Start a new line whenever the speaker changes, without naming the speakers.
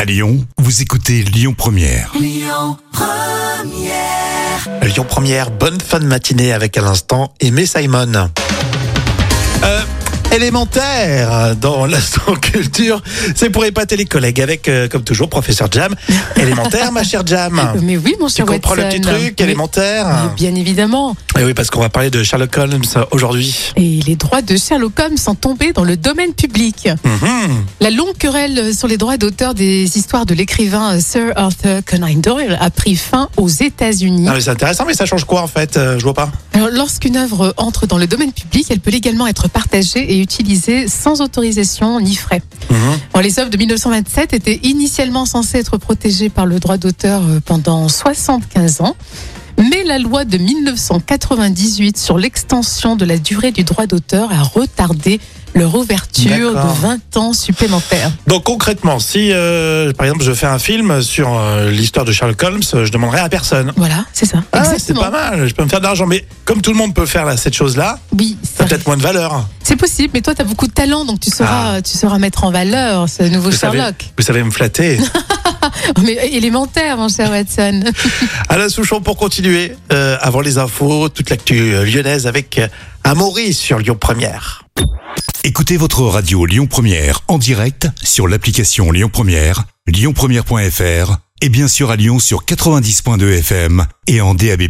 À Lyon, vous écoutez Lyon Première.
Lyon Première, bonne fin de matinée avec à l'instant Aimé Simon. Euh, élémentaire dans l'instant culture, c'est pour épater les collègues avec, euh, comme toujours, professeur Jam. Élémentaire, ma chère Jam.
Mais oui, mon
Hein. Tu
cher
comprends le
Watson.
petit truc
Mais-
élémentaire
mais Bien évidemment.
Et oui, parce qu'on va parler de Sherlock Holmes aujourd'hui.
Et les droits de Sherlock Holmes sont tombés dans le domaine public.
Mhm.
La longue querelle sur les droits d'auteur des histoires de l'écrivain Sir Arthur Conan Doyle a pris fin aux États-Unis.
Non, mais c'est intéressant, mais ça change quoi en fait Euh, Je vois pas.
Alors, lorsqu'une œuvre entre dans le domaine public, elle peut légalement être partagée et utilisée sans autorisation ni frais.
Mhm.
Bon, les œuvres de 1927 étaient initialement censées être protégées par le droit d'auteur euh, pendant 75 ans. Mais la loi de 1998 sur l'extension de la durée du droit d'auteur a retardé leur ouverture
D'accord.
de 20 ans supplémentaires.
Donc concrètement, si euh, par exemple je fais un film sur euh, l'histoire de Sherlock Holmes, euh, je demanderai à personne.
Voilà, c'est ça.
Ah, c'est pas mal, je peux me faire de l'argent, mais comme tout le monde peut faire là, cette chose-là,
Oui,
ça
ça-
a peut-être moins de valeur.
c'est possible, mais toi, tu as beaucoup de talent, donc tu sauras, tu sauras mettre en valeur ce nouveau
Vous savez,
Sherlock.
vous savez me flatter.
Mais euh, élémentaire, mon cher Watson.
Alain Souchon pour continuer. euh, avant les infos, toute l'actu euh, lyonnaise avec euh, Amaury sur Lyon Première.
Écoutez votre radio Lyon Première en direct sur l'application Lyon Première, lyonpremière.fr et bien sûr à Lyon sur 90.2 FM et en DAB+.